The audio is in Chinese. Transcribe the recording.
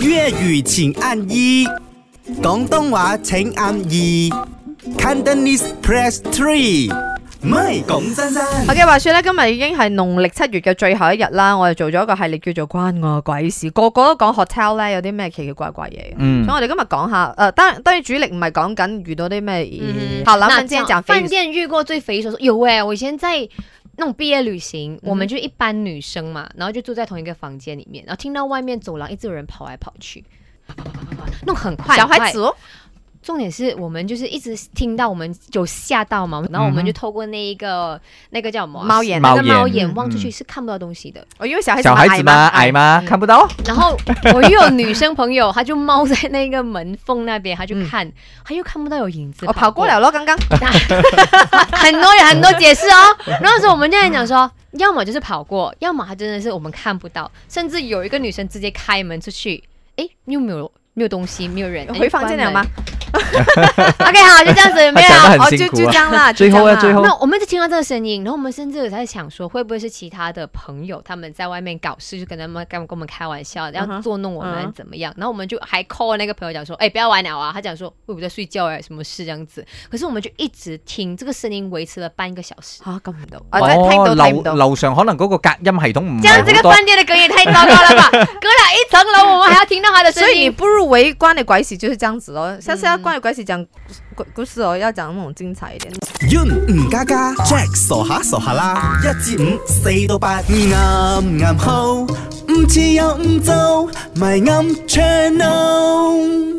粤语请按一，广东话请按二，Cantonese press three。唔係講真真， OK，話說咧，今日已經係農曆七月嘅最後一日啦，我哋做咗一個系列叫做關我鬼事，個個都講 hotel 咧有啲咩奇奇怪怪嘢，嗯所以我哋今日講下，誒、呃當然當然主力唔係講緊遇到啲咩，嗯好啦，那我們今天讲講饭肥店遇过最肥手术有哎、我以前在嗯那种毕业旅行，我们就一班女生嘛，然后就住在同一个房间里面，然后听到外面走廊一直有人跑来跑去，弄很快，小很快孩子哦，重点是我们就是一直听到我们有吓到嘛，然后我们就透过那一个那个叫什么嗯啊猫眼那猫个眼猫眼嗯望出去嗯是看不到东西的。我因哦為小孩子嗯小孩子吗？矮矮嘛，吗？看不到。然后我又有女生朋友，她就猫在那个门缝那边，她就嗯哦看，她又看不到有影子。我跑過嚟咯，剛剛 很多人很多解释哦。然后那时候我们就在讲说，要么就是跑过，要么他真的是我们看不到，甚至有一个女生直接开门出去，诶，又没有没有东西，没有人。诶回房間了嗎？关门？OK，好，就这样 子，没有讲啊。得很哦，辛就苦就啊這樣啦， 最就這樣後啊啦最後那我们就听到这个声音，然后我们甚至有在想说，会不会是其他的朋友他们在外面搞事，就跟他们跟我们开玩笑，嗯要哼捉弄我嗯们哼怎么样？然后我们就还 call 那个朋友讲说，哎、不要玩了啊！他讲说，喂我在睡觉哎、什么事这样子？可是我们就一直听这个声音，维持了半个小时。嚇咁唔到，啊真係聽到睇唔哦樓到，樓上可能嗰個隔音系統唔这样这係好个多。饭店的梗也太糟糕了吧！隔了一层楼，我们还要听到他的声所以你音。不入圍關你鬼事就是這樣子咯，下次要嗯關你鬼事講故故事哦，要講那種精彩一點。 Yun 吳家家 Jack 傻下傻下啦，一至五四到八，啱啱好，唔似又唔做，咪啱 channel。